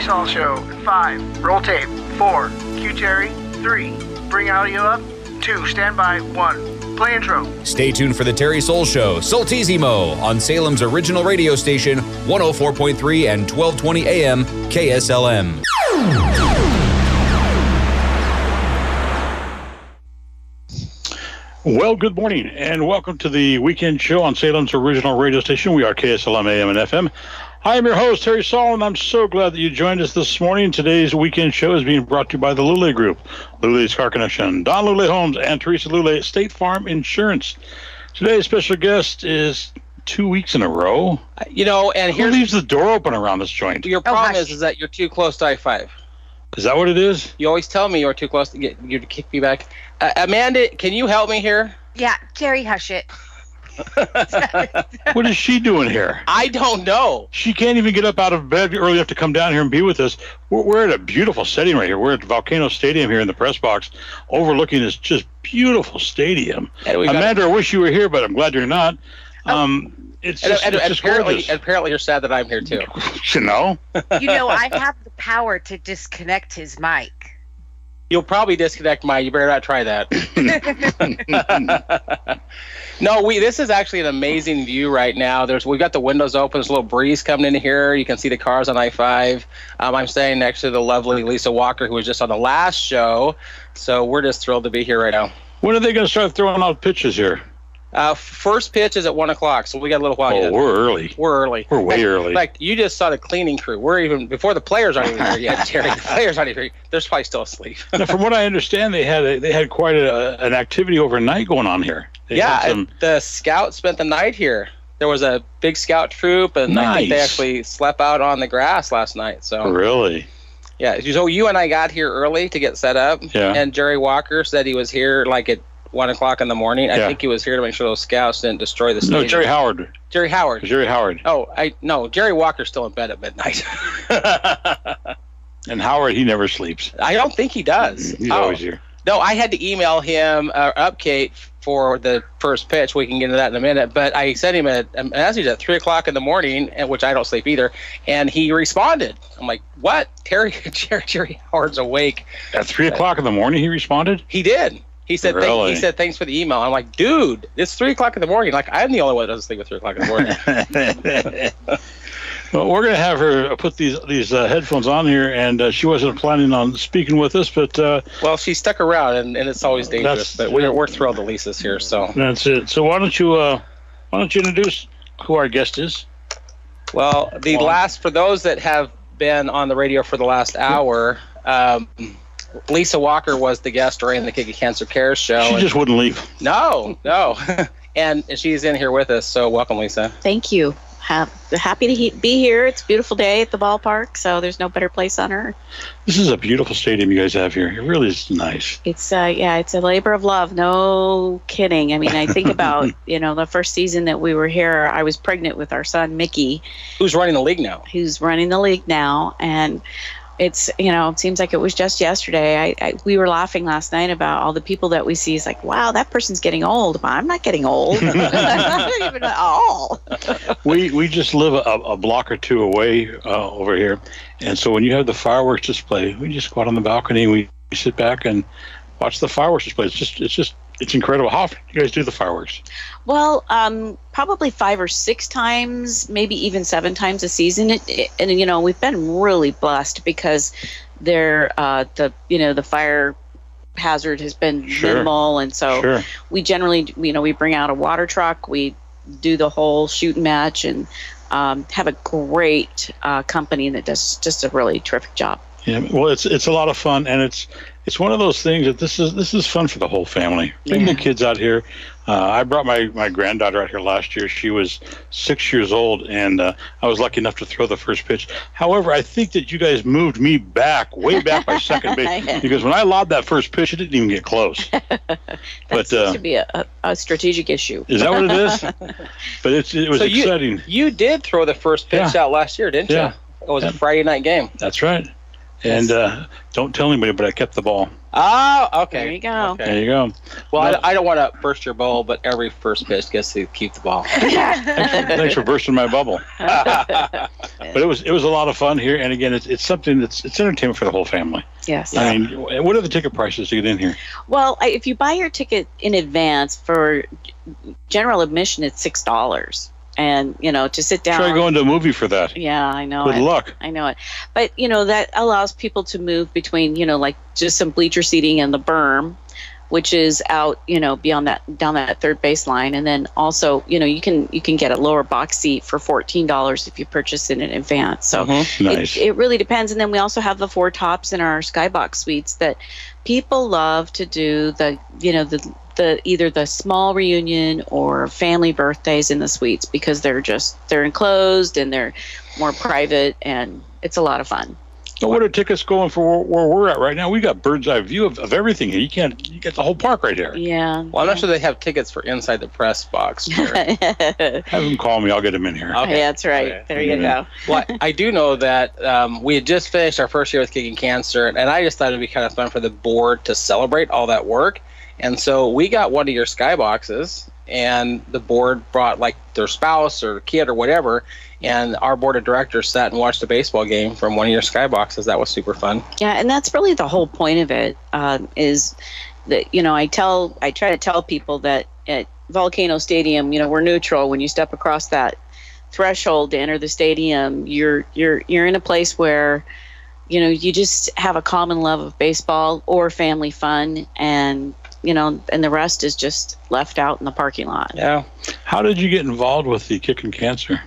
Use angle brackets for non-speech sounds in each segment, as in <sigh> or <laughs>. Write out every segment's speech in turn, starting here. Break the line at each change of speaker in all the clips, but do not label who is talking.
Saul Show. Five, roll tape. Four, cue Terry. Three, bring audio up. Two, stand by. One, play intro.
Stay tuned for the Terry Soul Show, Saltissimo, on Salem's original radio station, 104.3 and 1220 AM KSLM.
Well, good morning, and welcome to the weekend show on Salem's original radio station. We are KSLM AM and FM. I am your host, Terry Saul, and I'm so glad that you joined us this morning. Today's weekend show is being brought to you by the Lule Group, Lule's Car Connection, Don Lule Homes, and Teresa Lule State Farm Insurance. Today's special guest is two weeks in a row.
You know, and
Who
here's
leaves the door open around this joint?
your problem
hush.
is, is that you're too close to I five.
Is that what it is?
You always tell me you're too close to get you to kick me back. Uh, Amanda, can you help me here?
Yeah, Terry, hush it.
What is she doing here?
I don't know.
She can't even get up out of bed early enough to come down here and be with us. We're, we're at a beautiful setting right here. We're at Volcano Stadium here in the press box, overlooking this just beautiful stadium.
And we got- Oh.
Amanda, I wish you were here, but I'm glad you're not. Um, it's
and,
just,
and-
it's
and
just
apparently,
gorgeous.
apparently, you're sad that I'm here too.
<laughs> you know,
You
<laughs>
know, I have the power to disconnect his mic.
<laughs>
<clears throat>
You'll probably disconnect my. You better not try <clears throat> that. no, we. This is actually an amazing view right now. There's we've got the windows open. There's a little breeze coming in here. You can see the cars on I five. Um, I'm standing next to the lovely Lisa Walker, who was just on the last show. So we're just thrilled to be here right now.
when are they going to start throwing out pitches here?
Uh, first pitch is at one o'clock, so we got a little while
oh,
yet.
we're early.
We're early.
We're way early.
In fact, you just saw the cleaning crew. We're even before the players aren't even here
<laughs>
yet, Terry. The players aren't even here. They're probably still asleep.
now, from what I understand, they had a, they had quite a, an activity overnight going on here. They
yeah,
had some-
and the scout spent the night here. There was a big scout troop, and I think they
Nice.
actually slept out on the grass last night. So
really.
yeah, so you and I got here early to get set up,
Yeah.
and Jerry Walker said he was here like at one o'clock in the morning. I
Yeah.
think he was here to make sure those scouts didn't destroy the
No,
stadium.
Jerry Howard.
Jerry Howard.
Jerry Howard.
Oh, I no, Jerry Walker's still in bed at midnight. <laughs>
And Howard, he never sleeps.
I don't think he does.
He's
Oh.
always here.
No, I had to email him uh, update for the first pitch. We can get into that in a minute. But I sent him a, a message at three o'clock in the morning, and which I don't sleep either. And he responded. I'm like, "What? Terry <laughs> Jerry, Jerry Howard's awake."
At three o'clock in the morning, he responded.
He did. He said. thank-
Really?
he said thanks for the email. I'm like, dude, it's three o'clock in the morning. Like I'm the only one that doesn't sleep at three o'clock in
<laughs>
the morning.
Well, we're gonna have her put these these uh, headphones on here, and uh, she wasn't planning on speaking with us, but uh,
well, she stuck around, and, and it's always dangerous.
That's-
but we're, we're thrilled that Lisa's here. So,
that's it. So why don't you uh, why don't you introduce who our guest is?
well, the
Well-
last for those that have been on the radio for the last hour. Um, Lisa Walker was the guest during the Kick of Cancer Care show.
She
and-
just wouldn't leave.
no, no. <laughs> and she's in here with us, so welcome, Lisa.
Thank you. Ha- happy to he- be here. It's a beautiful day at the ballpark, so there's no better place on earth.
This is a beautiful stadium you guys have here. It really is nice.
It's uh, yeah, it's a labor of love. No kidding. I mean, I think about you know the first season that we were here. I was pregnant with our son Mickey,
Who's running the league now?
who's running the league now, and it's you know it seems like it was just yesterday. I, I we were laughing last night about all the people that we see. It's like wow, that person's getting old. But I'm not getting old. <laughs> not even at all.
We we just live a, a block or two away uh, over here, and so when you have the fireworks display, we just go out on the balcony. and We sit back and watch the fireworks display. It's just it's just it's incredible. How often do you guys do the fireworks?
Well, um, probably five or six times, maybe even seven times a season. It, it- and you know, we've been really blessed because they're uh, the you know the fire hazard has been
Sure.
minimal, and so
Sure.
we generally you know we bring out a water truck, we do the whole shoot and match, and um, have a great uh, company that does just a really terrific job.
Yeah. Well, it's it's a lot of fun, and it's it's one of those things that this is this is fun for the whole family. Bring the
Yeah.
kids out here. Uh, I brought my my granddaughter out here last year. She was six years old, and uh, I was lucky enough to throw the first pitch. However, I think that you guys moved me back way back by second base
<laughs>
because when I lobbed that first pitch, it didn't even get close.
That
But,
seems
uh,
to be a, a, a
<laughs>
strategic issue. <laughs>
Is that what it is? but it's it was
So you-
exciting.
You did throw the first pitch out last year, didn't
Yeah.
you? It was a Friday night game.
That's right. And uh, don't tell anybody, but I kept the ball.
Oh, okay.
There you go.
Okay.
There you
<laughs>
go.
Well,
No.
I, I don't want to burst your bubble, but every first pitch gets to keep the
<laughs>
ball. <laughs>
Thanks for bursting my bubble. But it was it was a lot of fun here, and again, it's it's something that's it's entertainment for the whole family.
yes.
I mean, what are the ticket prices to get in here?
Well, I, if you buy your ticket in advance for general admission, it's six dollars, and you know to sit down.
Try going to a movie for that.
yeah, I know.
Good
it.
luck.
I know it. But you know that allows people to move between you know like just some bleacher seating and the berm, which is out you know beyond that down that third baseline, and then also you know you can you can get a lower box seat for fourteen dollars if you purchase it in advance. So
Nice.
it, it really depends. And then we also have the four tops in our skybox suites that people love to do the, you know, the, the either the small reunion or family birthdays in the suites because they're just they're enclosed and they're more private and it's a lot of fun.
So what are tickets going for where, where we're at right now? We got bird's eye view of, of everything here. You can't you got the whole park right here.
Yeah.
Well, I'm not sure they have tickets for inside the press box. here.
<laughs> yeah,
Have them call me. I'll get them in here.
Okay.
that's right.
Okay.
There you
Yeah.
go.
well, I do know that um, we had just finished our first year with Kicking Cancer, and I just thought it'd be kind of fun for the board to celebrate all that work. And so we got one of your skyboxes, and the board brought like their spouse or kid or whatever, and our board of directors sat and watched a baseball game from one of your skyboxes. That was super fun.
Yeah, and that's really the whole point of it um, is that you know I tell I try to tell people that at Volcano Stadium, you know, we're neutral. When you step across that threshold to enter the stadium, you're you're you're in a place where you know you just have a common love of baseball or family fun, and you know, and the rest is just left out in the parking lot.
Yeah,
How did you get involved with the kicking cancer?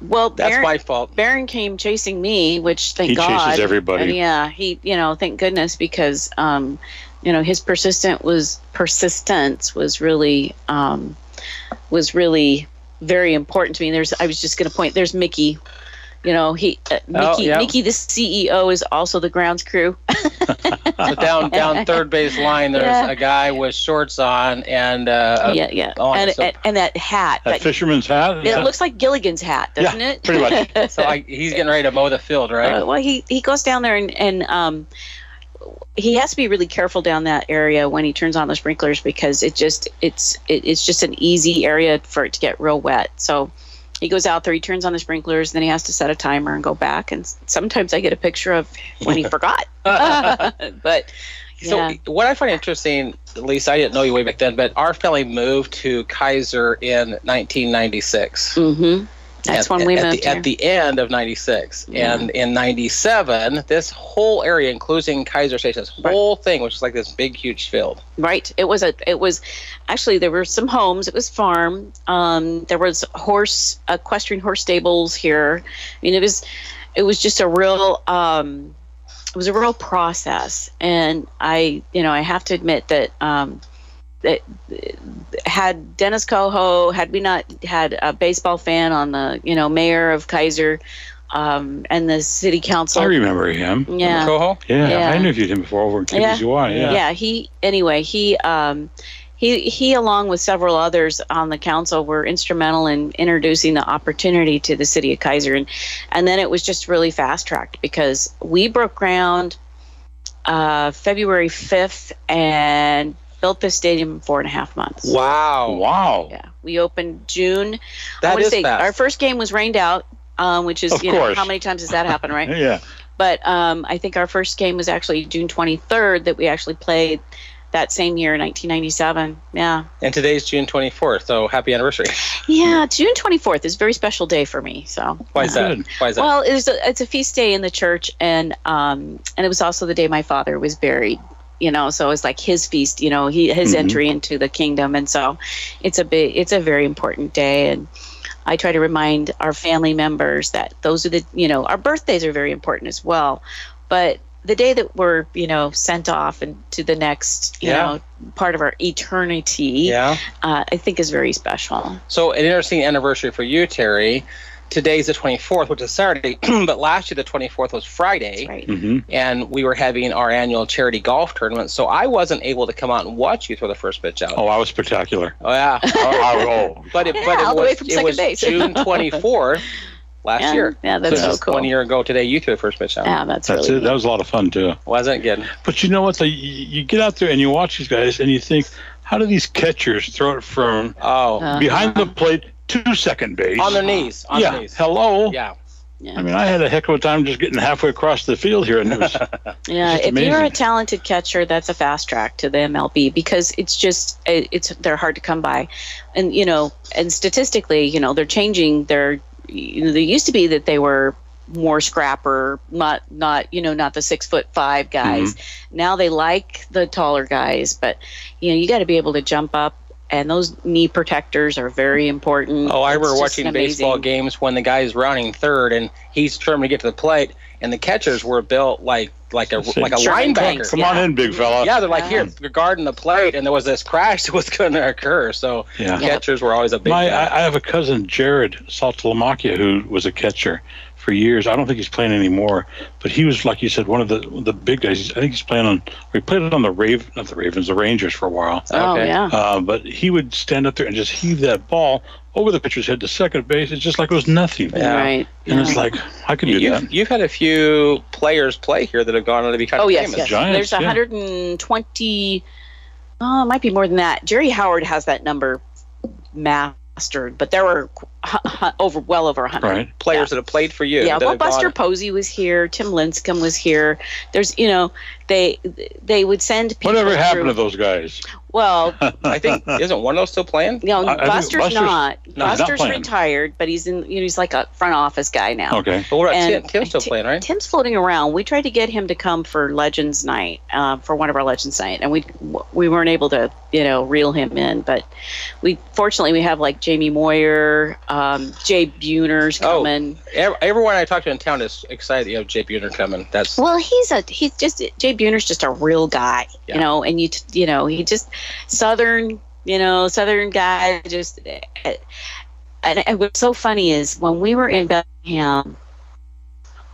Well,
that's
Baron,
my fault.
Baron came chasing me, which thank
he
God
chases everybody.
And yeah, he you know, thank goodness because um, you know, his persistent was persistence was really um was really very important to me. There's I was just going to point there's Mickey. You know, he uh, Mickey
Oh, yeah.
Mickey the CEO is also the grounds crew. <laughs>
So down down third base line, there's
Yeah.
a guy with shorts on and uh,
yeah, yeah.
oh,
and,
so-
and and that hat.
that
that,
fisherman's hat.
it looks like Gilligan's hat, doesn't it?
pretty
<laughs>
much.
so I, he's getting ready to mow the field, right?
Uh, well, he, he goes down there and, and um, he has to be really careful down that area when he turns on the sprinklers because it just it's it, it's just an easy area for it to get real wet. So he goes out there, he turns on the sprinklers, then he has to set a timer and go back. And s- sometimes I get a picture of
<laughs>
when he forgot. <laughs> Oh. but
So
Yeah.
what I find interesting, at least I didn't know you way back then, but our family moved to Kaiser in 1996.
hmm
At-
that's when we
at
moved
the,
here.
at the end of 96
Yeah.
and in 97 this whole area including kaiser station this
Right.
whole thing which is like this big huge field
Right. It was a. It was actually there were some homes. It was farm. Um, there was horse equestrian horse stables here. I mean, it was, it was just a real. Um, it was a real process, and I, you know, I have to admit that. Um, that had Dennis Coho, had we not had a baseball fan on the, you know, mayor of Kaiser, um, and the city council.
I remember him.
yeah.
Coho?
Yeah,
Yeah.
I interviewed him before over in
Yeah.
KBZY. Yeah.
yeah. he anyway he um he he along with several others on the council were instrumental in introducing the opportunity to the city of kaiser and and then it was just really fast tracked because we broke ground uh february 5th and built this stadium in four and a half months
wow
Oh.
Wow.
yeah we opened june I
that
wanna
is
say
fast
our first game was rained out um, which is
Of
you know
course.
how many times has that happened
<laughs>
right
Yeah.
but um, I think our first game was actually June 23rd that we actually played that same year, 1997. Yeah.
and today's june 24th so happy anniversary
Yeah, June 24th is a very special day for me. So,
why is that
Good.
why is that
well, it was a, it's a feast day in the church, and um, and it was also the day my father was buried. You know, so it's like his feast. You know, he his
Mhm.
entry into the kingdom, and so it's a big, it's a very important day, and I try to remind our family members that those are the, you know, our birthdays are very important as well, but the day that we're, you know, sent off and to the next, you
Yeah.
know, part of our eternity,
yeah
uh, I think is very special.
so an interesting anniversary for you terry today's the 24th which is saturday <clears throat> but last year the 24th was friday
Right.
hmm
and we were having our annual charity golf tournament. So I wasn't able to come out and watch you throw the first pitch out.
Oh, I was
<laughs>
spectacular.
Oh, yeah,
I, I, oh,
but it,
Yeah,
but it
all the
was,
way from
it
<laughs> second
was
base.
June twenty fourth, last
Yeah,
year.
yeah, that's so
just
cool.
One year ago today, you threw the first pitch out.
Yeah, that's,
That's
really
it. That was a lot of fun too.
Wasn't good.
But you know what? The, you you get out there and you watch these guys and you think, how do these catchers throw it from
Oh,
Uh,
behind the plate to second base?
on their knees. On
yeah.
their knees.
Hello.
Yeah.
I mean, I had a heck of a time just getting halfway across the field here, and
<laughs>
it was
Yeah,
It's
if
just
you're a
amazing.
talented catcher, that's a fast track to the MLB because it's just it, it's they're hard to come by, and you know, and statistically, you know, they're changing their. You know, they used to be that they were more scrapper, not not you know not the six foot five guys.
Mm-hmm.
Now they like the taller guys, but you know you got to be able to jump up, and those knee protectors are very important.
Oh, I
It's
remember
just
watching
an
baseball
amazing-
games when the guy's rounding third and he's trying to get to the plate, and the catchers were built like like a like a
Sherman Banks,
linebacker.
come on in, big fella.
Yeah, they're like
Yeah.
here, you're guarding the plate, and there was this crash that was going to occur. So
Yeah.
Yeah.
catchers were always a big.
My,
guy.
I, I have a cousin, Jared Saltalamacchia, who was a catcher for years. I don't think he's playing anymore, but he was, like you said, one of the the big guys. I think he's playing on. He played on the Raven, not the Ravens, the Rangers for a while.
Oh
Okay.
yeah,
Uh, but he would stand up there and just heave that ball over the pitcher's head to second base. It's just like it was nothing.
Yeah.
right.
And it's like I could do
You've,
that.
you've had a few players play here that have gone on to become
Oh yes,
famous.
yes.
Giants,
There's
yeah.
120. Oh, it might be more than that. Jerry Howard has that number mastered, but there were hu- hu- over well over 100.
Right.
Players that have played for you.
Yeah,
that
well,
have gone-
Buster Posey was here. Tim Lincecum was here. There's, you know, they they would send people.
Whatever happened
through-
to those guys?
<laughs>
<laughs>
Well,
I <laughs> think isn't one of those still playing?
you know,
I- I think
Buster's,
Buster's-
not.
no, he's not
Buster's
playing.
retired, but he's in. You know, he's like a front office guy now.
Okay.
But what about
And-
Tim? Tim's still
Ti-
playing, right?
Tim's floating around. We tried to get him to come for Legends Night, uh, for one of our Legends Night, and we we weren't able to, you know, reel him in. But we fortunately we have like Jamie Moyer, um, Jay Buhner's
Oh.
coming.
Ev- Everyone I talk to in town is excited. You know, Jay Buhner coming. That's
Well, he's a he's just Jay Buhner's just a real guy,
Yeah.
you know, and you t- you know he just southern, you know, southern guy just. eh, And, and what's so funny is when we were in Bellingham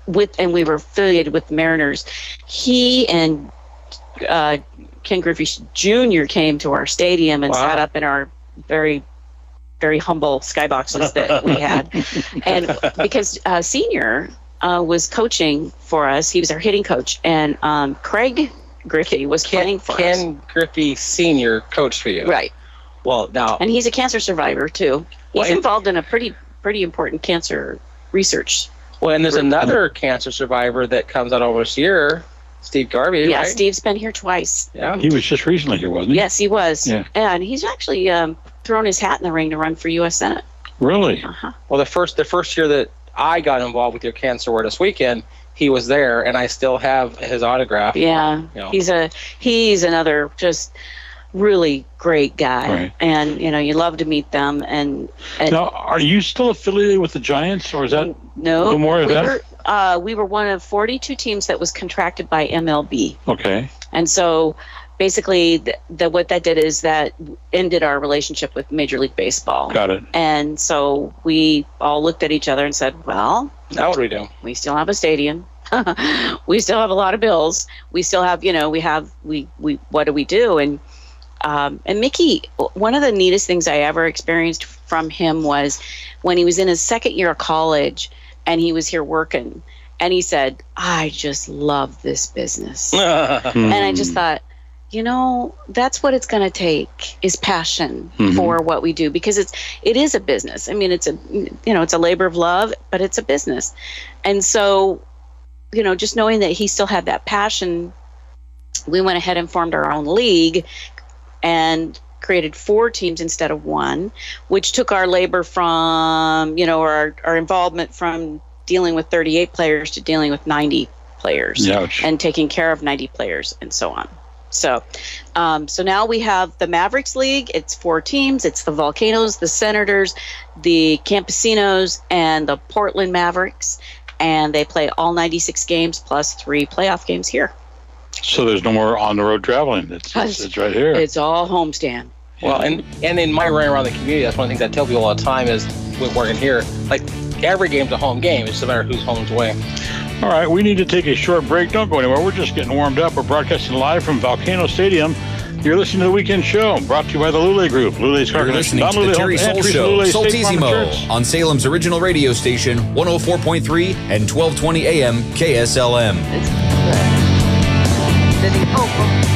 with and we were affiliated with Mariners, he and uh, Ken Griffey Jr. came to our stadium and
Wow.
sat up in our very very humble skyboxes that
<laughs>
we had and because uh, senior uh, was coaching for us he was our hitting coach and um, craig griffey was
Ken,
playing for us
Ken Griffey Senior coached for you.
right
Well, now
and he's a cancer survivor too he's
Well, and-
involved in a pretty pretty important cancer research
Well, and there's another cancer survivor that comes out over here, Steve Garvey.
yeah
right?
steve's been here twice
Yeah.
He was just recently here, wasn't he?
yes he was
Hmm? Yeah.
and he's actually um, thrown his hat in the ring to run for us senate
Really?
uh-huh.
Well, the first the first year that I got involved with your cancer awareness weekend, he was there, and I still have his autograph.
yeah
Yeah.
he's a he's another just really great guy
Right.
and you know you love to meet them and, and
Now, are you still affiliated with the Giants, or is that
No,
No more of
we
that?
Were, uh, we were one of 42 teams that was contracted by MLB,
okay?
and so basically, th- the, what that did is that ended our relationship with Major League Baseball.
Got it.
And so we all looked at each other and said, "Well,
Now what do we do?
we still have a stadium. <laughs> we still have a lot of bills. We still have, you know, we have we we what do we do? And um, and Mickey, one of the neatest things I ever experienced from him was when he was in his second year of college and he was here working, and he said, "I just love this business."
Mm.
and I
Hmm.
just thought, you know, that's what it's going to take is passion
Mhm.
for what we do because it's it is a business. I mean, it's a you know, it's a labor of love, but it's a business. And so, you know, just knowing that he still had that passion, we went ahead and formed our own league and created four teams instead of one, which took our labor from, you know, our our involvement from dealing with 38 players to dealing with 90 players
Ouch.
and taking care of 90 players and so on. So, um, so now we have the Mavericks League. It's four teams. It's the Volcanoes, the Senators, the Campesinos, and the Portland Mavericks, and they play all 96 games plus three playoff games here.
So there's no more on the road traveling. It's, it's, it's right here.
It's all homestand.
<laughs> Well, and and in my run around the community, that's one of the things I tell people all the time is with working here, like every game's a home game. It doesn't matter who's home's away.
All right, we need to take a short break. Don't go anywhere. We're just getting warmed up. We're broadcasting live from Volcano Stadium. You're listening to the Weekend Show, brought to you by the Lule Group, Lule's Car
You're
Connection,
listening
Don
to the
Lule
Terry
Homes, and
Soul
Teresa
Show,
Lule State Farm
Soltissimo,
Insurance.
on Salem's original radio station, 104.3 and 1220 AM KSLM.
It's good. Then you- oh, oh.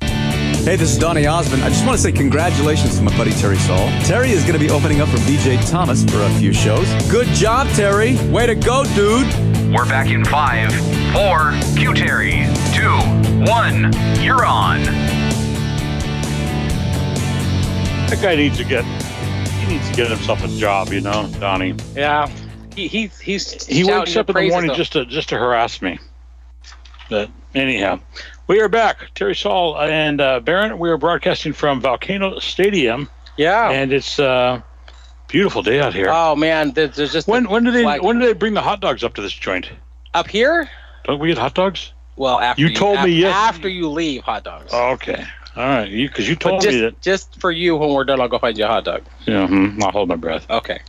Hey, this is Donnie Osmond. I just want to say congratulations to my buddy Terry Saul. Terry is going to be opening up for BJ Thomas for a few shows. Good job, Terry. Way to go, dude.
We're back in five, four, Q Terry, two, one, you're on.
That guy needs to get he needs to get himself a job, you know, Donnie.
Yeah. He, he, he's
He
shouting
wakes up in the
praises
morning
of-
just to just to harass me. But anyhow, we are back. Terry Saul and uh, Baron. We are broadcasting from Volcano Stadium,
Yeah.
and it's uh, beautiful day out here.
oh, man. There's, there's just.
when when do they
flag-
when do they bring the hot dogs up to this joint?
Up here?
Don't we get hot dogs?
Well, after
You told
af-
me yes-
After you leave, hot dogs.
Oh, okay, all right, you because you
But
told
just,
me that.
just for you, when we're done, I'll go find you a hot dog.
Yeah, hmm, I'll hold my breath.
Okay.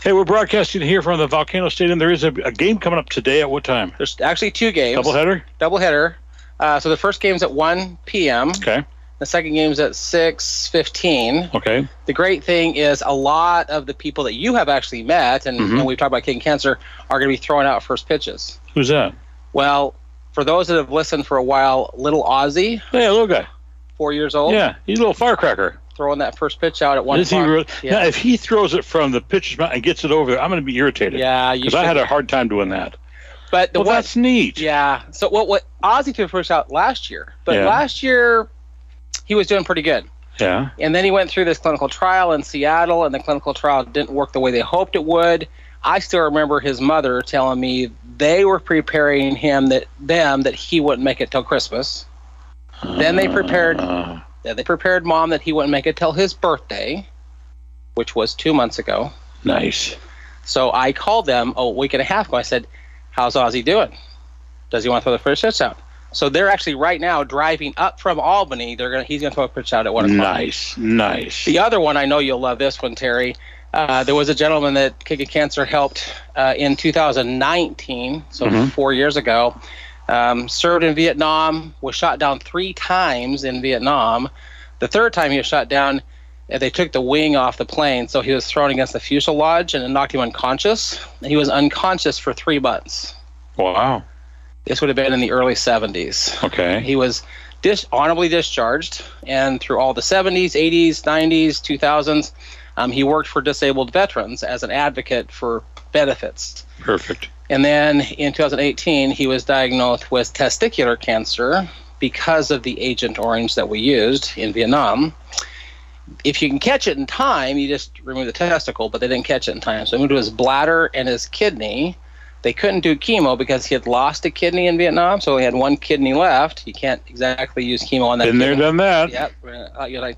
Hey, we're broadcasting here from the Volcano Stadium. There is a, a game coming up today. At what time?
There's actually two games.
Doubleheader.
Doubleheader. Uh, so the first game's at 1 p.m.
Okay.
The second game's at 6:15.
Okay.
The great thing is a lot of the people that you have actually met, and,
Mhm.
and we've talked about King Cancer, are going to be throwing out first pitches.
Who's that?
Well, for those that have listened for a while, Little Ozzy,
Hey, little guy.
four years old,
Yeah, he's a little firecracker.
throwing that first pitch out at Oh. one.
Is he
o'clock.
really?
Yeah.
<laughs> Now, if he throws it from the pitcher's mound and gets it over there, I'm going to be irritated.
Yeah, you
Because I
should-
had a hard time doing that.
But the
well,
one,
that's neat.
yeah. So what? What Ozzy threw first out last year, but
Yeah.
last year he was doing pretty good.
Yeah.
And then he went through this clinical trial in Seattle, and the clinical trial didn't work the way they hoped it would. I still remember his mother telling me they were preparing him that them that he wouldn't make it till Christmas. Then they prepared-
Uh,
Then they prepared mom that he wouldn't make it till his birthday, which was two months ago.
nice.
So I called them a week and a half ago. I said, "How's Ozzy doing? Does he want to throw the first touchdown?" So they're actually right now driving up from Albany. They're gonna he's gonna throw a pitch out at one o'clock.
Nice. Nice.
The other one, I know you'll love this one, Terry. Uh, there was a gentleman that Kick of Cancer helped uh, in 2019, so
Mhm.
four years ago. Um, served in Vietnam, was shot down three times in Vietnam. The third time he was shot down, uh, they took the wing off the plane, so he was thrown against the fuselage and it knocked him unconscious. And he was unconscious for three months.
Wow.
This would have been in the early 70s.
Okay.
He was dishonorably discharged, and through all the 70s, 80s, 90s, 2000s, um, he worked for disabled veterans as an advocate for benefits.
Perfect.
And then in 2018, he was diagnosed with testicular cancer because of the Agent Orange that we used in Vietnam. If you can catch it in time, you just remove the testicle, but they didn't catch it in time. So it moved to his bladder and his kidney. They couldn't do chemo because he had lost a kidney in Vietnam, so he had one kidney left. You can't exactly use chemo on that.
Been there,
kidney.
done that.
Yep. uh, you're like-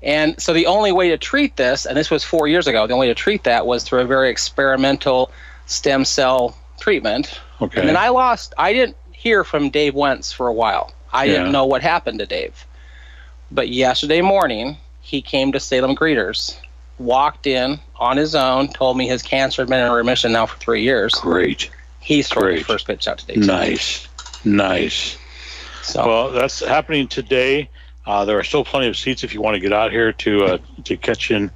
And so the only way to treat this, and this was four years ago, the only way to treat that was through a very experimental stem cell treatment.
Okay.
And then I lost, I didn't hear from Dave Wentz for a while. I
Yeah.
didn't know what happened to Dave. But yesterday morning, he came to Salem Greeters, walked in on his own, told me his cancer had been in remission now for three years.
Great.
He's throwing the
Great.
first pitch out today. too.
Nice. Nice.
So,
Well, that's happening today. Uh, there are still plenty of seats if you want to get out here to uh, to catch in.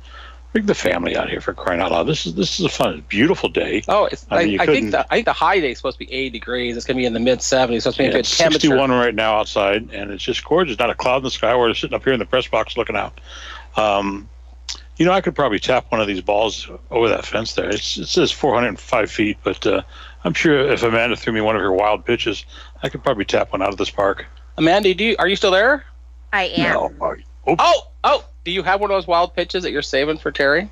Bring the family out here for crying out loud! This is this is a fun, beautiful day.
Oh, it's,
I
I,
mean, you
I,
couldn't-
think the I think the high day is supposed to be 80 degrees. It's going to be in the mid 70s. It's supposed to be a
Yeah,
good
it's
temperature.
61 right now outside, and it's just gorgeous. Not a cloud in the sky. We're sitting up here in the press box looking out. Um, you know, I could probably tap one of these balls over that fence there. It's, it says 405 feet, but uh, I'm sure if Amanda threw me one of her wild pitches, I could probably tap one out of this park.
Amanda, do you, are you still there?
I am.
No.
Oh, oh, do you have one of those wild pitches that you're saving for Terry?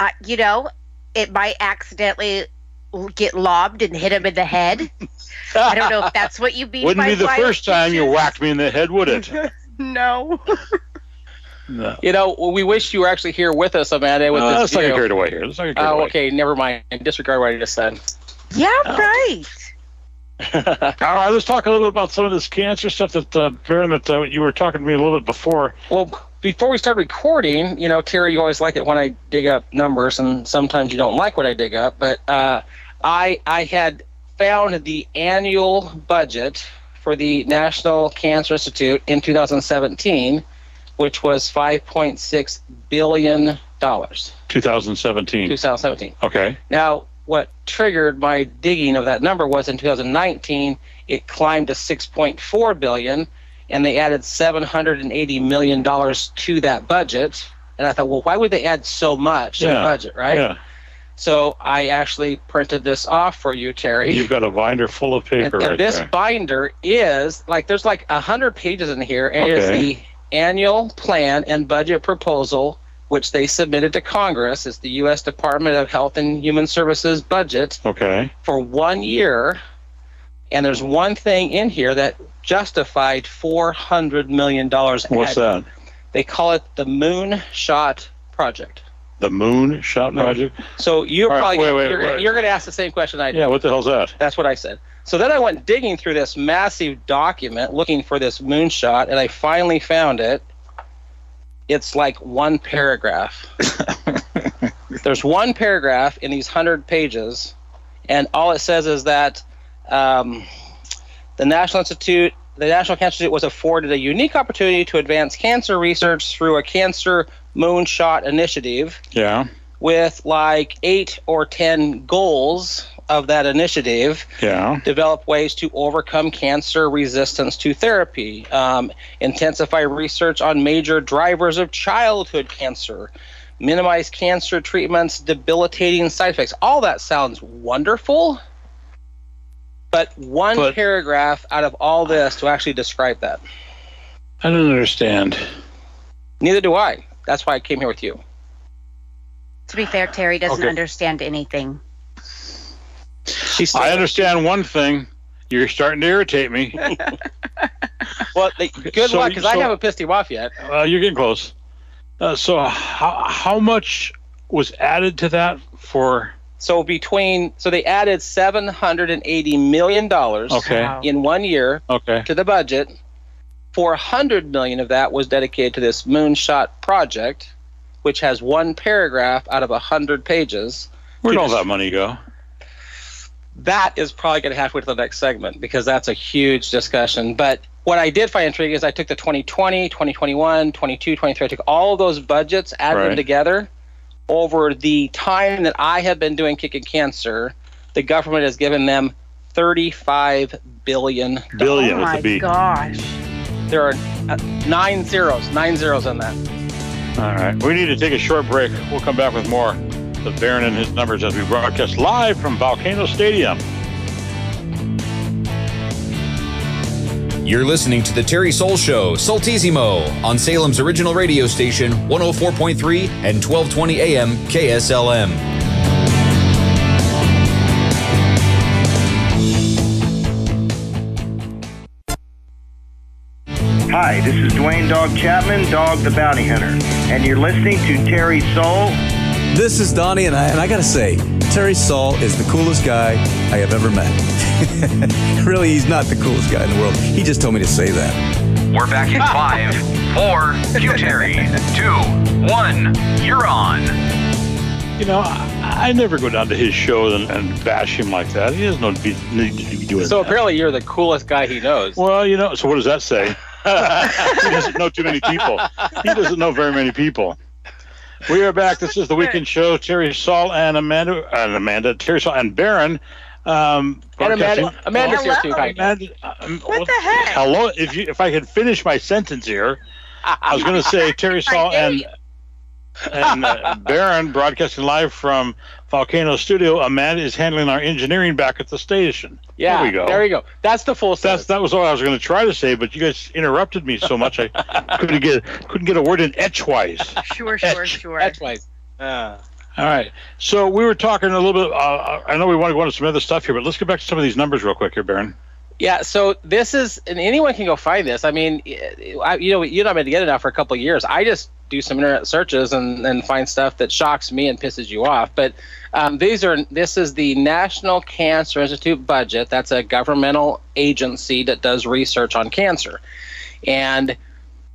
Uh, you know, it might accidentally l- get lobbed and hit him in the head. <laughs> I don't know if that's what you mean.
Wouldn't
by
be the
wild
first time you
pitches.
whacked me in the head, would
<laughs>
it? No.
No.
<laughs> You know, we wish you were actually here with us, Amanda. With
Uh,
this
let's not get
view.
carried away here. Let's not get carried
Oh,
away.
okay. <laughs> Never mind. Disregard what I just said.
Yeah, right.
<laughs> All right, let's talk a little bit about some of this cancer stuff that uh, Baron, that uh, you were talking to me a little bit before.
Well, before we start recording, you know, Terry, you always like it when I dig up numbers, and sometimes you don't like what I dig up. But uh, I I had found the annual budget for the National Cancer Institute in 2017, which was 5.6 billion dollars.
2017.
2017.
Okay.
Now, what triggered my digging of that number was in 2019, it climbed to 6.4 billion, and they added 780 million dollars to that budget. And I thought, well, why would they add so much to
Yeah.
the budget, right?
Yeah.
So I actually printed this off for you, Terry.
You've got a binder full of
and,
paper
and
right
this
there.
binder is like there's like a hundred pages in here, and it's
Okay.
the annual plan and budget proposal which they submitted to Congress. It's the U.S. Department of Health and Human Services budget
Okay.
for one year, and there's one thing in here that justified four hundred million dollars.
What's that?
They call it the Moonshot Project.
The Moon Shot
No.
Project?
So you're
All right,
probably
wait, wait,
you're,
wait.
you're going to ask the same question I did.
Yeah, what the hell's that?
That's what I said. So then I went digging through this massive document looking for this moonshot, and I finally found it. It's like one paragraph. There's one paragraph in these 100 pages, and all it says is that um, the National Institute. The National Cancer Institute was afforded a unique opportunity to advance cancer research through a cancer moonshot initiative
Yeah.
with like eight or 10 goals of that initiative
Yeah.
develop ways to overcome cancer resistance to therapy, um, intensify research on major drivers of childhood cancer, minimize cancer treatments, debilitating side effects. All that sounds wonderful. But one
But-
paragraph out of all this to actually describe that.
I don't understand.
Neither do I. That's why I came here with you.
To be fair, Terry doesn't
Okay.
understand anything.
She's
I understand one thing. You're starting to irritate me.
well, the, good
so
luck
you-
because I
so-
haven't pissed you off yet.
Uh, you're getting close. Uh, so, how, how much was added to that for?
So between so they added seven hundred and eighty million dollars
Okay.
Wow.
in one year
Okay.
to the budget. Four hundred million of that was dedicated to this moonshot project, which has one paragraph out of a hundred pages.
Where'd all
Goodness.
that money go?
That is probably going to halfway to the next segment because that's a huge discussion. But what I did find intriguing is I took the 2020, 2021, 22, 23. I took all those budgets, added
Right.
them together over the time that I have been doing Kicking Cancer. The government has given them 35 billion.
Billion
oh
with
my
a B.
gosh.
There are uh, nine zeros, nine zeros on that.
All right. We need to take a short break. We'll come back with more. The Baron and his numbers as we broadcast live from Volcano Stadium.
You're listening to The Terry Soul Show, Saltissimo, on Salem's original radio station, 104.3 and 1220 AM KSLM.
Hi, this is Dwayne Dog Chapman, Dog the Bounty Hunter, and you're listening to Terry Soul
This is Donnie, and I, and I gotta say, Terry Saul is the coolest guy I have ever met. <laughs> really, he's not the coolest guy in the world. He just told me to say that.
We're back in five, four, Q
<laughs>
Terry, two, one. You're on.
You know, I, I never go down to his show and, and bash him like that. He has no be, need to be doing
So
that.
apparently, you're the coolest guy he knows.
Well, you know, so what does that say? <laughs> he doesn't know too many people. He doesn't know very many people. We are back. This is the weekend show. Terry Saul and Amanda, and Amanda, Terry Saul and Baron. Um,
and Amanda,
broadcasting-
Amanda's here too.
Hello.
Right?
Amanda, um,
What the heck?
Hello. If you, if I could finish my sentence here, I was going to
<laughs>
say Terry Saul
dare
and
you.
and uh, Baron broadcasting live from Volcano Studio. Amanda is handling our engineering back at the station.
Yeah,
There we go.
There we go. That's the full
That's
sense.
that was all I was going to try to say, but you guys interrupted me so <laughs> much I couldn't get couldn't get a word in edgewise.
Sure, sure, sure.
That's why. Uh,
All right, so we were talking a little bit. Uh, I know we want to go into some other stuff here, but let's get back to some of these numbers real quick here, Baron.
yeah. So this is, and anyone can go find this. I mean, I, you know, you and I've been together now for a couple of years. I just do some internet searches and, and find stuff that shocks me and pisses you off. But um, these are this is the National Cancer Institute budget. That's a governmental agency that does research on cancer, and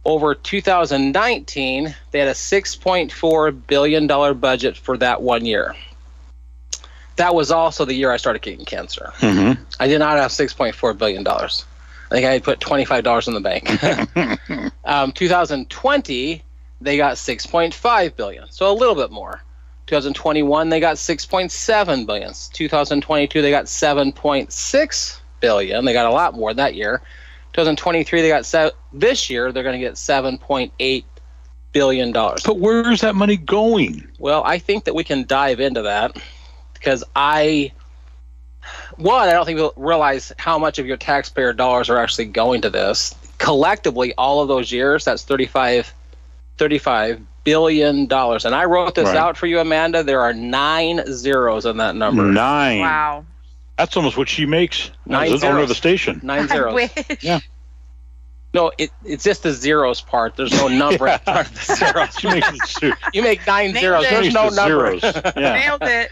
over 2019 they had a 6.4 billion dollar budget for that one year that was also the year I started getting cancer.
Mm-hmm.
I did not have six point four billion dollars. I think I had put twenty five dollars in the bank. um, 2020, they got six point five billion, so a little bit more. 2021, they got six point seven billion. 2022, they got seven point six billion. They got a lot more that year. 2023, they got se- this year they're going to get seven point eight billion dollars.
But where is that money going?
Well, I think that we can dive into that because I, one, I don't think we'll realize how much of your taxpayer dollars are actually going to this. Collectively, all of those years, that's 35, 35 billion dollars. And I wrote this
Right.
out for you, Amanda. There are nine zeros in that number.
Nine.
Wow.
That's almost what she makes
Nine
as the owner of
zeros.
the
<laughs>
station.
Nine
I
zeros.
wish.
No, it, it's just the zeros part. There's no
<laughs>
number in part of the zeros.
She
<laughs>
makes it two.
You make nine zeros.
Nailed it.
There's no
She's the
number.
zeros.
<laughs>
Yeah.
Nailed it.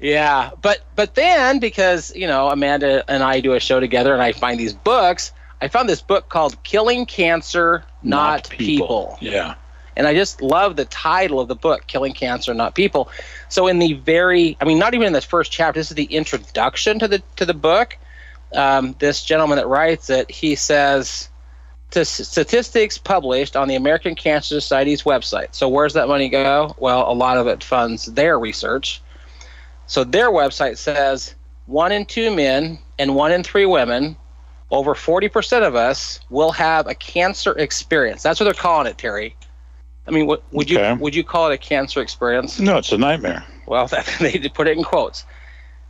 Yeah, but but then because you know Amanda and I do a show together, and I find these books. I found this book called "Killing Cancer, Not, People.
Yeah.
and I just love the title of the book, "Killing Cancer, Not People." So in the very, I mean, not even in the first chapter. This is the introduction to the to the book. Um, this gentleman that writes it, he says, to s- statistics published on the American Cancer Society's website. So where's that money go? Well, a lot of it funds their research. So their website says one in two men and one in three women, over 40% of us will have a cancer experience. That's what they're calling it, Terry. I mean, what, would
Okay.
you would you call it a cancer experience?
No, it's a nightmare.
Well, <laughs> that, they did put it in quotes.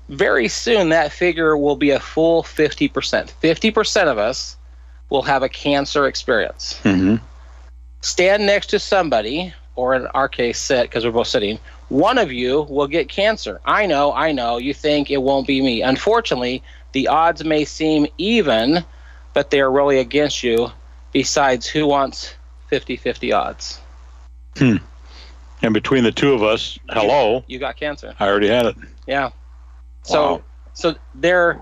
Very soon, that figure will be a full 50%. 50% of us will have a cancer experience.
Mm-hmm.
Stand next to somebody, or in our case, sit, because we're both sitting. One of you will get cancer. I know, I know. You think it won't be me. Unfortunately, the odds may seem even, but they are really against you. Besides, who wants 50 50 odds?
And between the two of us, hello,
You got cancer.
I already had it.
Yeah. So
Wow.
so there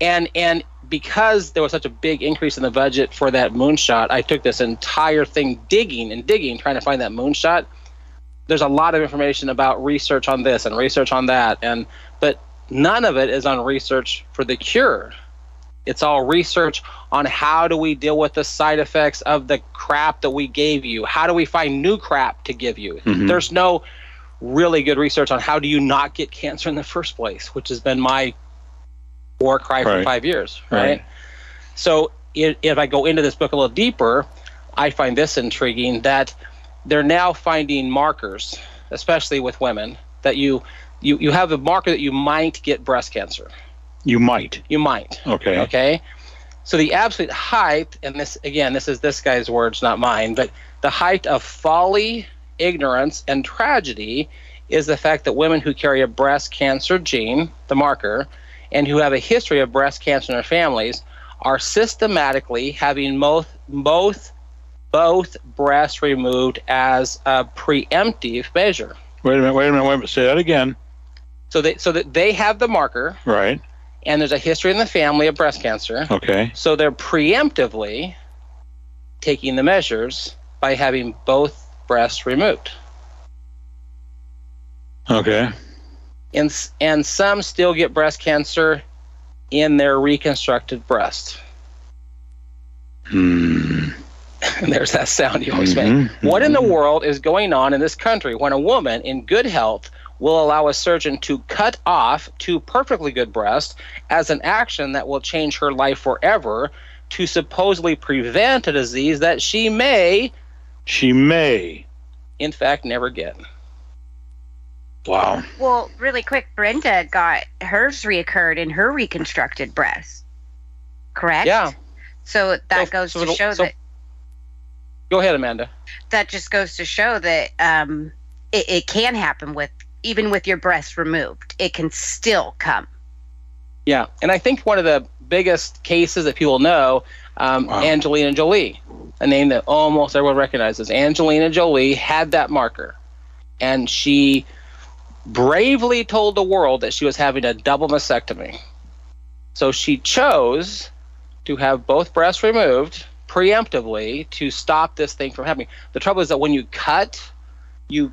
and and because there was such a big increase in the budget for that moonshot, I took this entire thing digging and digging trying to find that moonshot. There's a lot of information about research on this and research on that and but none of it is on research for the cure. It's all research on how do we deal with the side effects of the crap that we gave you? How do we find new crap to give you?
Mhm.
There's no really good research on how do you not get cancer in the first place, which has been my war cry for
Right.
five years,
Right.
right? So i if I go into this book a little deeper, I find this intriguing that they're now finding markers, especially with women, that you you, you have a marker that you might get breast cancer.
You might.
You might.
Okay.
Okay. So the absolute height, and this again, this is this guy's words, not mine, but the height of folly, ignorance, and tragedy is the fact that women who carry a breast cancer gene, the marker, and who have a history of breast cancer in their families are systematically having both both both breasts removed as a preemptive measure.
Wait a minute. Wait a minute. Wait a minute. Say that again.
So they so that they have the marker
Right.
and there's a history in the family of breast cancer.
Okay.
So they're preemptively taking the measures by having both breasts removed.
Okay.
And, s- and some still get breast cancer in their reconstructed breast. <laughs>
Hmm.
There's that sound you always make.
Mhm.
What in the world is going on in this country when a woman in good health will allow a surgeon to cut off two perfectly good breasts as an action that will change her life forever to supposedly prevent a disease that she may,
She may.
in fact, never get?
Wow.
Well, really quick, Brenda got hers reoccurred in her reconstructed breast. Correct?
Yeah.
So that
So-
goes
so
to
it'll-
show
so-
that
Go ahead, Amanda.
that just goes to show that um, it, it can happen with even with your breast removed. It can still come.
Yeah, and I think one of the biggest cases that people know, um,
Wow.
Angelina Jolie, a name that almost everyone recognizes. Angelina Jolie had that marker, and she bravely told the world that she was having a double mastectomy. So she chose to have both breasts removed preemptively to stop this thing from happening. The trouble is that when you cut, you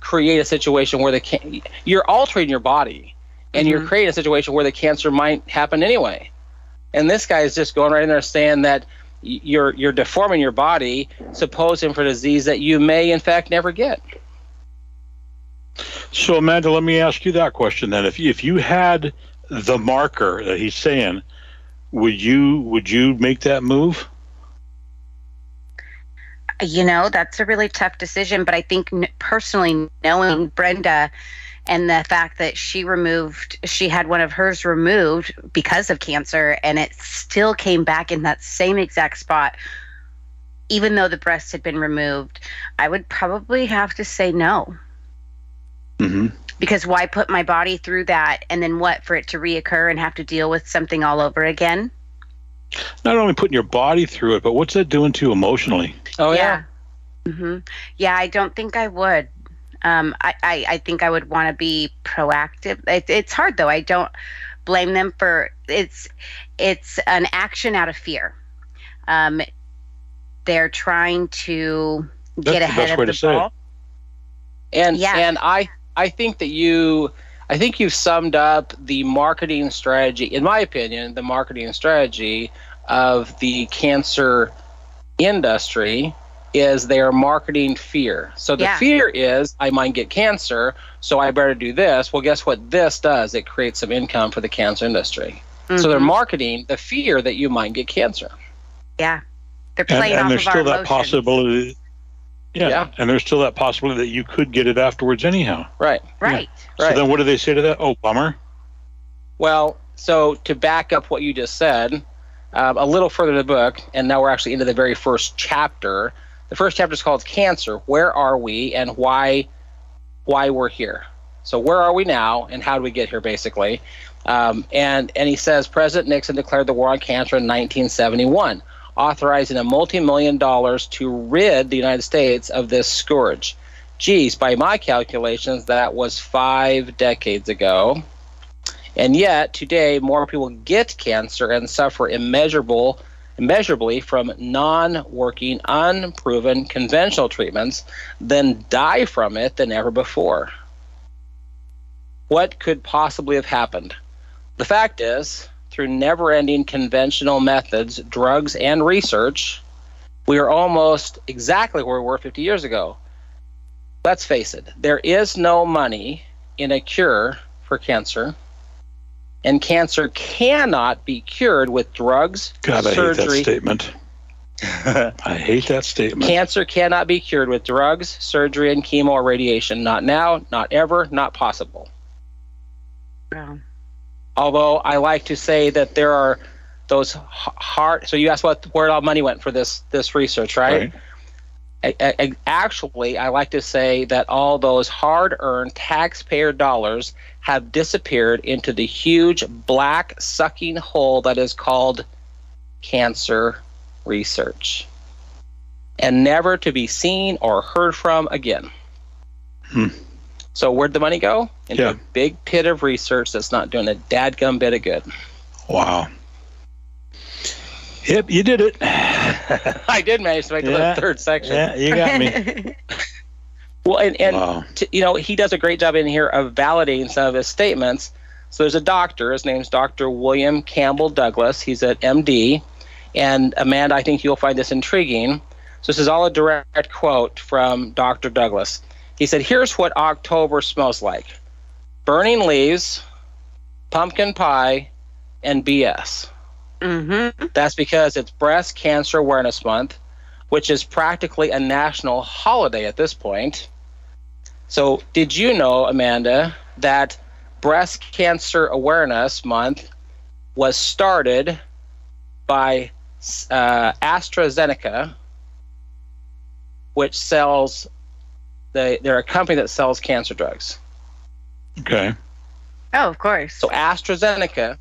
create a situation where the can- you're altering your body and you're creating a situation where the cancer might happen anyway. And this guy is just going right in there saying that y- you're you're deforming your body, supposing for disease that you may in fact never get.
So, Amanda, let me ask you that question then. If you, if you had the marker that he's saying, would you would you make that move?
You know, that's a really tough decision, but I think n- personally, knowing Brenda and the fact that she removed, she had one of hers removed because of cancer, and it still came back in that same exact spot, even though the breast had been removed, I would probably have to say no.
Mm-hmm.
Because why put my body through that and then what for it to reoccur and have to deal with something all over again?
Not only putting your body through it, but what's that doing to you emotionally?
Oh
yeah. hmm Yeah, I don't think I would. Um, I, I, I think I would want to be proactive. It, it's hard though. I don't blame them for it's it's an action out of fear. Um, they're trying to
That's
get
the
ahead
best
of
way
the
to say it.
ball.
And
Yeah.
and I I think that you I think you've summed up the marketing strategy, in my opinion, the marketing strategy of the cancer industry is they are marketing fear. So the
Yeah.
fear is I might get cancer, so I better do this. Well, guess what this does? It creates some income for the cancer industry. So they're
Mhm.
marketing the fear that you might get cancer.
yeah, they're
and,
playing
and
off
there's
of our
still that
emotions.
possibility yeah,
Yeah.
and there's still that possibility that you could get it afterwards anyhow
Right.
right?
Right.
so then what do they say to that oh bummer
Well, so to back up what you just said, um, a little further in the book, and now we're actually into the very first chapter. The first chapter is called "Cancer: Where Are We and Why? Why We're Here." So where are we now, and how do we get here, basically? Um, and and he says President Nixon declared the war on cancer in 1971, authorizing a multi-million dollars to rid the United States of this scourge. Geez, by my calculations, that was five decades ago. And yet, today, more people get cancer and suffer immeasurable, immeasurably from non-working, unproven, conventional treatments than die from it than ever before. What could possibly have happened? The fact is, through never-ending conventional methods, drugs, and research, we are almost exactly where we were 50 years ago. Let's face it, there is no money in a cure for cancer and cancer cannot be cured with drugs,
god i hate that
surgery. <laughs>
statement i hate that statement
Cancer cannot be cured with drugs, surgery, and chemo or radiation. Not now, not ever, not possible.
Wow.
Although I like to say that there are those h- heart. So you asked what where all money went for this this research, right? I, I, actually, I like to say that all those hard earned taxpayer dollars have disappeared into the huge black sucking hole that is called cancer research and never to be seen or heard from again.
Hmm.
So, where'd the money go? Into
Yeah.
a big pit of research that's not doing a dadgum bit of good. <laughs>
wow yep you did <laughs> it yeah
I did manage to make it to
Yeah.
the third section.
you got me <laughs>
Well, and, and
wow
to, you know, he does a great job in here of validating some of his statements. So there's a doctor. His name's Dr. William Campbell Douglas. He's an MD. And Amanda, I think you'll find this intriguing. So this is all a direct quote from Dr. Douglas. He said, Here's what October smells like burning leaves, pumpkin pie, and BS.
<laughs> mm-hmm.
That's because it's Breast Cancer Awareness Month, which is practically a national holiday at this point. So, did you know, Amanda, that Breast Cancer Awareness Month was started by uh, AstraZeneca, which sells, they, they're a company that sells cancer drugs.
okay
Oh, of course.
So AstraZeneca,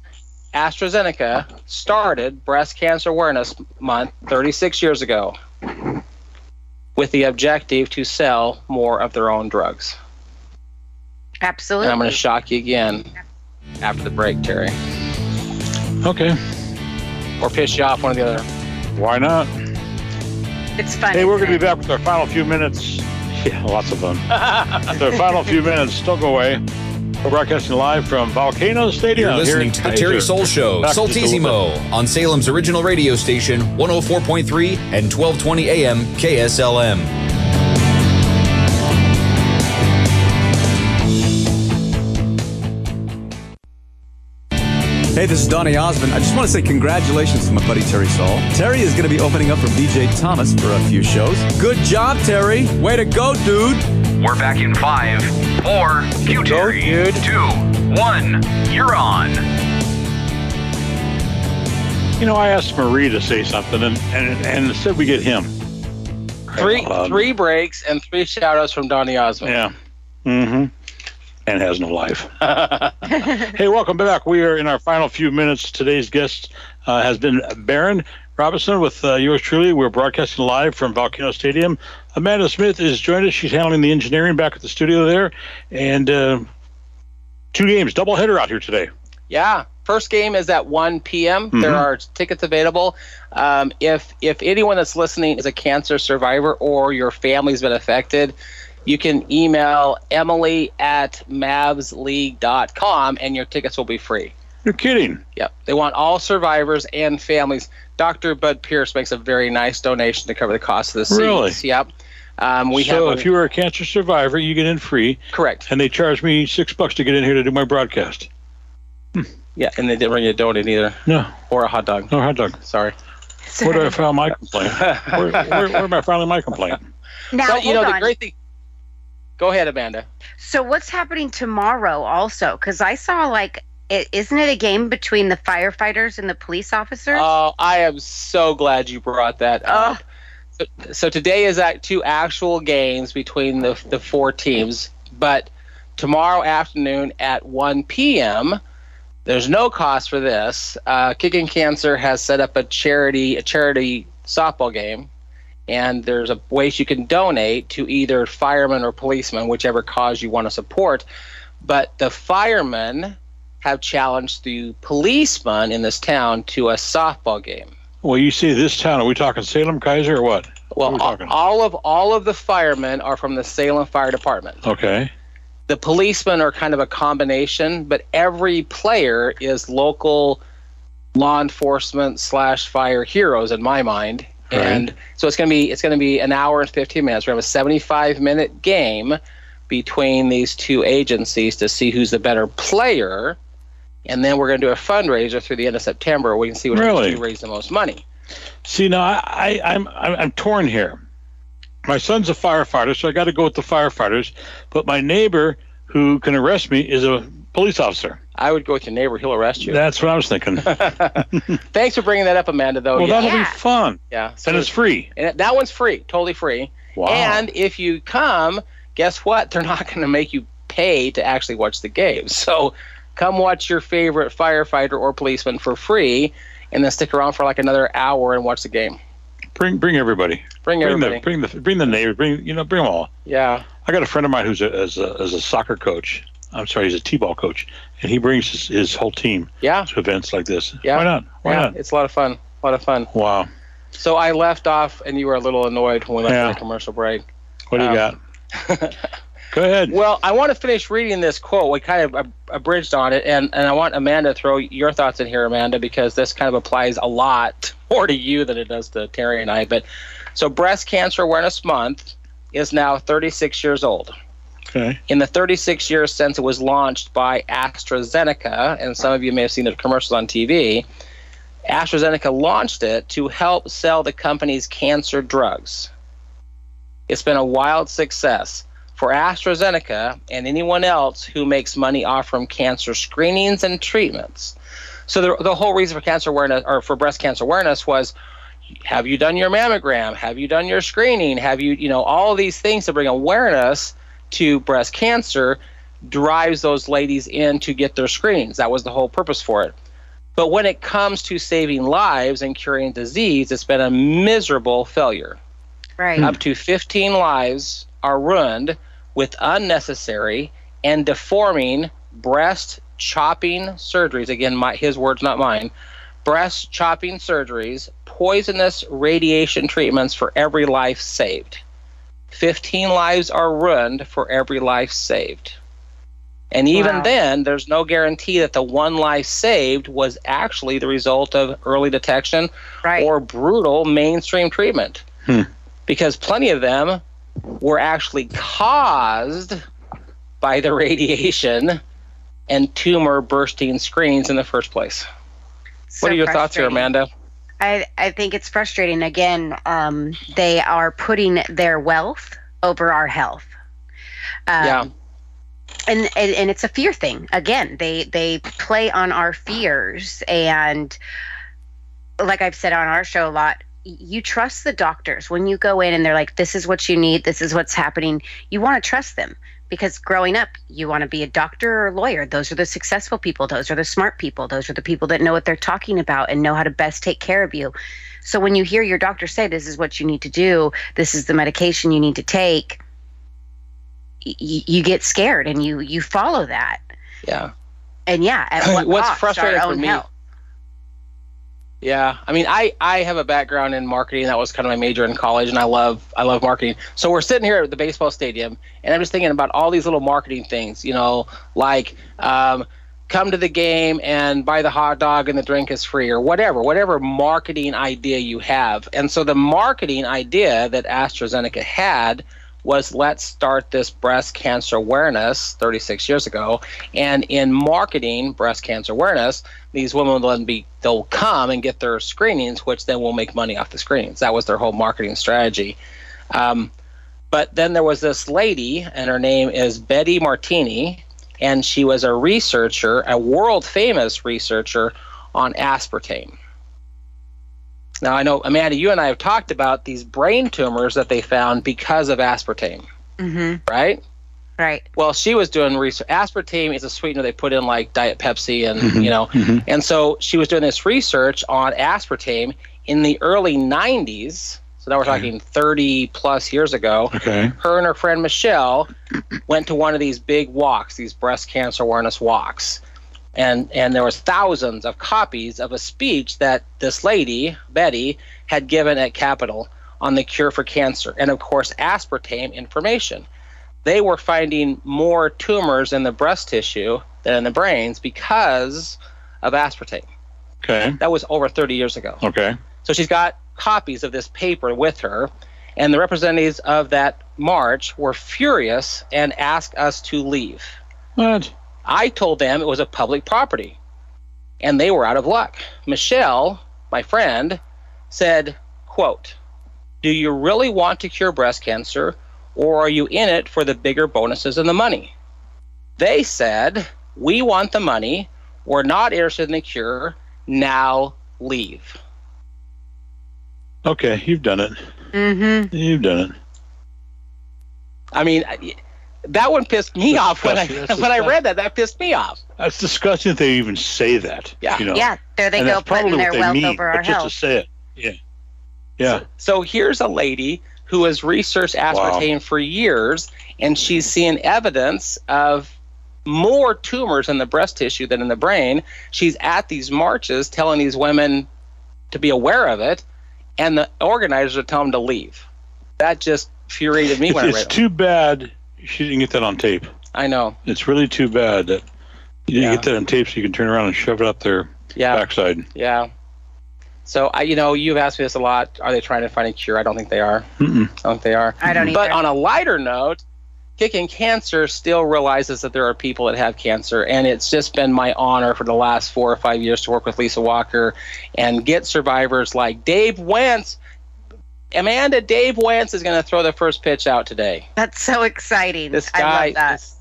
AstraZeneca started Breast Cancer Awareness Month 36 years ago with the objective to sell more of their own drugs. And
Absolutely.
I'm going to shock you again after the break, Terry,
okay
or piss you off one or the other.
why not
it's funny.
hey we're
<laughs>
gonna be back with our <laughs> final few minutes yeah lots of fun with our final few minutes don't go away We're broadcasting live from Volcano Stadium.
You're listening
here
to
in
the Terry
Kaiser.
Soul Show,
Back to
Saltissimo, on Salem's original radio station, 104.3 and 1220 AM KSLM.
Hey, this is Donnie Osmond. I just want to say congratulations to my buddy Terry Saul. Terry is going to be opening up for BJ Thomas for a few shows. Good job, Terry. Way to go, dude.
We're back in five, four, Q Terry, two, one. You're on.
You know, I asked Marie to say something, and and, and instead we get him.
Three
Um,
three breaks and three shout outs from Donnie Osmond.
Yeah. Mm-hmm. And has no life. <laughs> hey, welcome back. We are in our final few minutes. Today's guest uh, has been Baron Robinson with uh, yours truly. We're broadcasting live from Volcano Stadium. Amanda Smith is joined us. She's handling the engineering back at the studio there. And uh, two games, doubleheader out here today.
Yeah. First game is at 1 p.m.
Mm-hmm.
There are tickets available. Um, if if anyone that's listening is a cancer survivor or your family's been affected, you can email Emily at mavsleague.com and your tickets will be free.
You're kidding.
Yep. They want all survivors and families. Dr. Bud Pierce makes a very nice donation to cover the cost of the seats.
Really?
Yep. Um, we
so
have a-
if you were a cancer survivor, you get in free,
correct.
and they charge me six bucks to get in here to do my broadcast.
Yeah, and they didn't bring you a donut either
No,
or a hot dog.
no hot dog.
Sorry.
Where do I file my complaint? Where, where, where am I filing my complaint?
Now,
So, you
hold
know the
on.
great thing. Go ahead, Amanda.
So what's happening tomorrow also? Because I saw like, is isn't it a game between the firefighters and the police officers?
Oh, I am so glad you brought that up. So, so today is at two actual games between the the four teams, but tomorrow afternoon at 1 p.m. There's no cost for this. Uh, Kicking Cancer has set up a charity a charity softball game, and there's a ways you can donate to either firemen or policemen, whichever cause you want to support. But the firemen have challenged the policeman in this town to a softball game.
Well, you say this town. Are we talking Salem, Kaiser, or what?
Well,
What are we talking?
all of all of the firemen are from the Salem Fire Department.
Okay.
The policemen are kind of a combination, but every player is local law enforcement slash fire heroes in my mind. And so it's gonna be it's gonna be an hour and fifteen minutes. We're gonna have a seventy five minute game between these two agencies to see who's the better player. And then we're gonna do a fundraiser through the end of September where we can see which
Really?
two raise the most money.
See, now I, I, I'm, I'm I'm torn here. My son's a firefighter, so I got to go with the firefighters. But my neighbor, who can arrest me, is a police officer.
I would go with your neighbor, he'll arrest you.
That's what I was
<laughs>
thinking. well,
Thanks for bringing that up, Amanda. Though, Oh, yeah,
that'll
yeah.
be fun,
yeah. So
and it's free.
and that one's free, totally free.
Wow.
And if you come, guess what? <laughs> They're not going to make you pay to actually watch the game. So, come watch your favorite firefighter or policeman for free, and then stick around for like another hour and watch the game.
Bring, bring everybody.
Bring,
Bring
everybody.
the, bring the, bring the neighbor. Bring, you know, bring them all.
yeah.
I got a friend of mine who's a, as a, as a soccer coach. I'm sorry, he's a t-ball coach, and he brings his, his whole team
Yeah.
to events like this.
Yeah.
Why not? Why
yeah.
not?
It's a lot of fun. A lot of fun.
Wow.
So I left off, and you were a little annoyed when we left
Yeah.
for the commercial break.
What do you
Um, <laughs>
got? Go ahead.
Well, I want to finish reading this quote. We kind of ab- abridged on it, and, and I want Amanda to throw your thoughts in here, Amanda, because this kind of applies a lot <laughs> more to you than it does to Terry and I. But so, Breast Cancer Awareness Month is now 36 years old.
Okay.
In the 36 years since it was launched by AstraZeneca, and some of you may have seen the commercials on TV, AstraZeneca launched it to help sell the company's cancer drugs. It's been a wild success for AstraZeneca and anyone else who makes money off from cancer screenings and treatments. So the, the whole reason for cancer awareness or for breast cancer awareness was have you done your mammogram? Have you done your screening? Have you, you know, all these things to bring awareness to breast cancer drives those ladies in to get their screenings. That was the whole purpose for it. But when it comes to saving lives and curing disease, it's been a miserable failure
right.
up to 15 lives are ruined with unnecessary and deforming breast chopping surgeries. Again, my, his words, not mine. Breast chopping surgeries, poisonous radiation treatments for every life saved. 15 lives are ruined for every life saved. And even
Wow.
then, there's no guarantee that the one life saved was actually the result of early detection
Right.
or brutal mainstream treatment.
Hmm.
Because plenty of them were actually caused by the radiation and tumor bursting screens in the first place.
So
What are your thoughts here,
frustrating.
Amanda?
I, I think it's frustrating. Again, um, they are putting their wealth over our health. Um,
Yeah.
And, and and it's a fear thing. Again, they they play on our fears, and like I've said on our show a lot, y- you trust the doctors when you go in and they're like, "This is what you need. This is what's happening." You want to trust them because growing up, you want to be a doctor or a lawyer. Those are the successful people. Those are the smart people. Those are the people that know what they're talking about and know how to best take care of you. So when you hear your doctor say, "This is what you need to do. This is the medication you need to take," y- y- you get scared and you you follow that.
Yeah.
And yeah, at what ah,
What's
cost?
frustrating
Our
for
own
me-
health.
Yeah, I mean, I I have a background in marketing. That was kind of my major in college, and I love I love marketing. So we're sitting here at the baseball stadium, and I'm just thinking about all these little marketing things, you know, like um, come to the game and buy the hot dog and the drink is free, or whatever, whatever marketing idea you have. And so the marketing idea that AstraZeneca had was let's start this breast cancer awareness 36 years ago, and in marketing breast cancer awareness these women will then be they'll come and get their screenings, which then will make money off the screenings. That was their whole marketing strategy. Um, but then there was this lady, and her name is Betty Martini, and she was a researcher, a world famous researcher on aspartame. Now I know Amanda, you and I have talked about these brain tumors that they found because of aspartame,
Mhm.
right?
Right.
Well, she was doing research. Aspartame is a sweetener they put in like Diet Pepsi and you know,
mhm.
and so she was doing this research on aspartame in the early '90s. So now we're talking 30 plus years ago.
Okay.
Her and her friend Michelle went to one of these big walks, these breast cancer awareness walks, and and there was thousands of copies of a speech that this lady Betty had given at Capitol on the cure for cancer, and of course aspartame information they were finding more tumors in the breast tissue than in the brains because of aspartame.
Okay.
That was over 30 years ago.
Okay.
So she's got copies of this paper with her, and the representatives of that march were furious and asked us to leave.
What?
I told them it was a public property, and they were out of luck. Michelle, my friend, said, quote, "Do you really want to cure breast cancer, or are you in it for the bigger bonuses and the money?" They said, "We want the money. We're not interested in the cure. Now leave."
Okay. You've done it.
Mm-hmm.
You've done it.
I mean, I- that one pissed me
That's
off when I
disgusting. That's
<laughs> when I
disgusting.
read that. That pissed me off.
That's disgusting that they even say that.
Yeah.
You know?
Yeah, there they
and
go
that's
putting
probably
their
what they
wealth
mean,
over our
but just to
health.
say it. Yeah. Yeah.
So here's a lady who has researched aspartame for years, and she's seeing evidence of more tumors in the breast tissue than in the brain. She's at these marches telling these women to be aware of it, and the organizers are telling them to leave. That just infuriated me when
<laughs>
I
it's
read
it's
it.
too bad she didn't get that on tape.
I know.
It's really too bad that you didn't
Yeah.
get that on tape so you can turn around and shove it up their
Yeah.
backside.
Yeah. So I, you know, you've asked me this a lot. Are they trying to find a cure? I don't think they are.
Mm-mm.
I don't think they are.
I don't either. <laughs>
But on a lighter note, Kicking Cancer still realizes that there are people that have cancer, and it's just been my honor for the last four or five years to work with Lisa Walker and get survivors like Dave Wentz. Amanda, Dave Wentz is going to throw the first pitch out today.
That's so exciting.
This
I
guy,
love that.
is-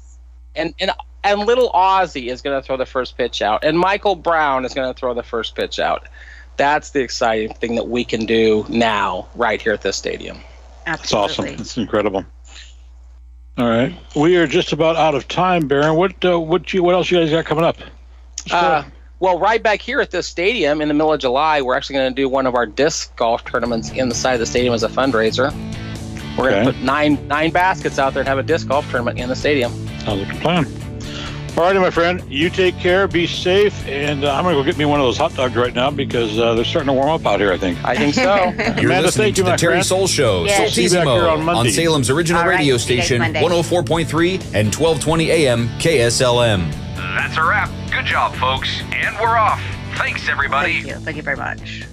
and and and little Ozzy is going to throw the first pitch out, and Michael Brown is going to throw the first pitch out. That's the exciting thing that we can do now, right here at this stadium.
That's awesome.
Absolutely.
That's incredible. All right, we are just about out of time, Baron. What uh, what you what else you guys got coming up?
Uh, well, right back here at this stadium in the middle of July, we're actually going to do one of our disc golf tournaments inside the stadium as a fundraiser. We're going
Okay.
to put nine nine baskets out there and have a disc golf tournament in the stadium.
Sounds like a plan. All righty, my friend. You take care. Be safe. And uh, I'm going to go get me one of those hot dogs right now because uh, they're starting to warm up out here, I think.
I think so.
You're
Amanda,
listening
thank
to
you,
the
my
Terry
friend.
Soul Show,
Yes.
See you back here
Soltizimo,
on
on,
Monday.
Salem's original
All right,
radio
see you guys
station,
Monday.
104.3 and 1220 AM KSLM.
That's a wrap. Good job, folks. And we're off. Thanks, everybody.
Thank you. Thank you very much.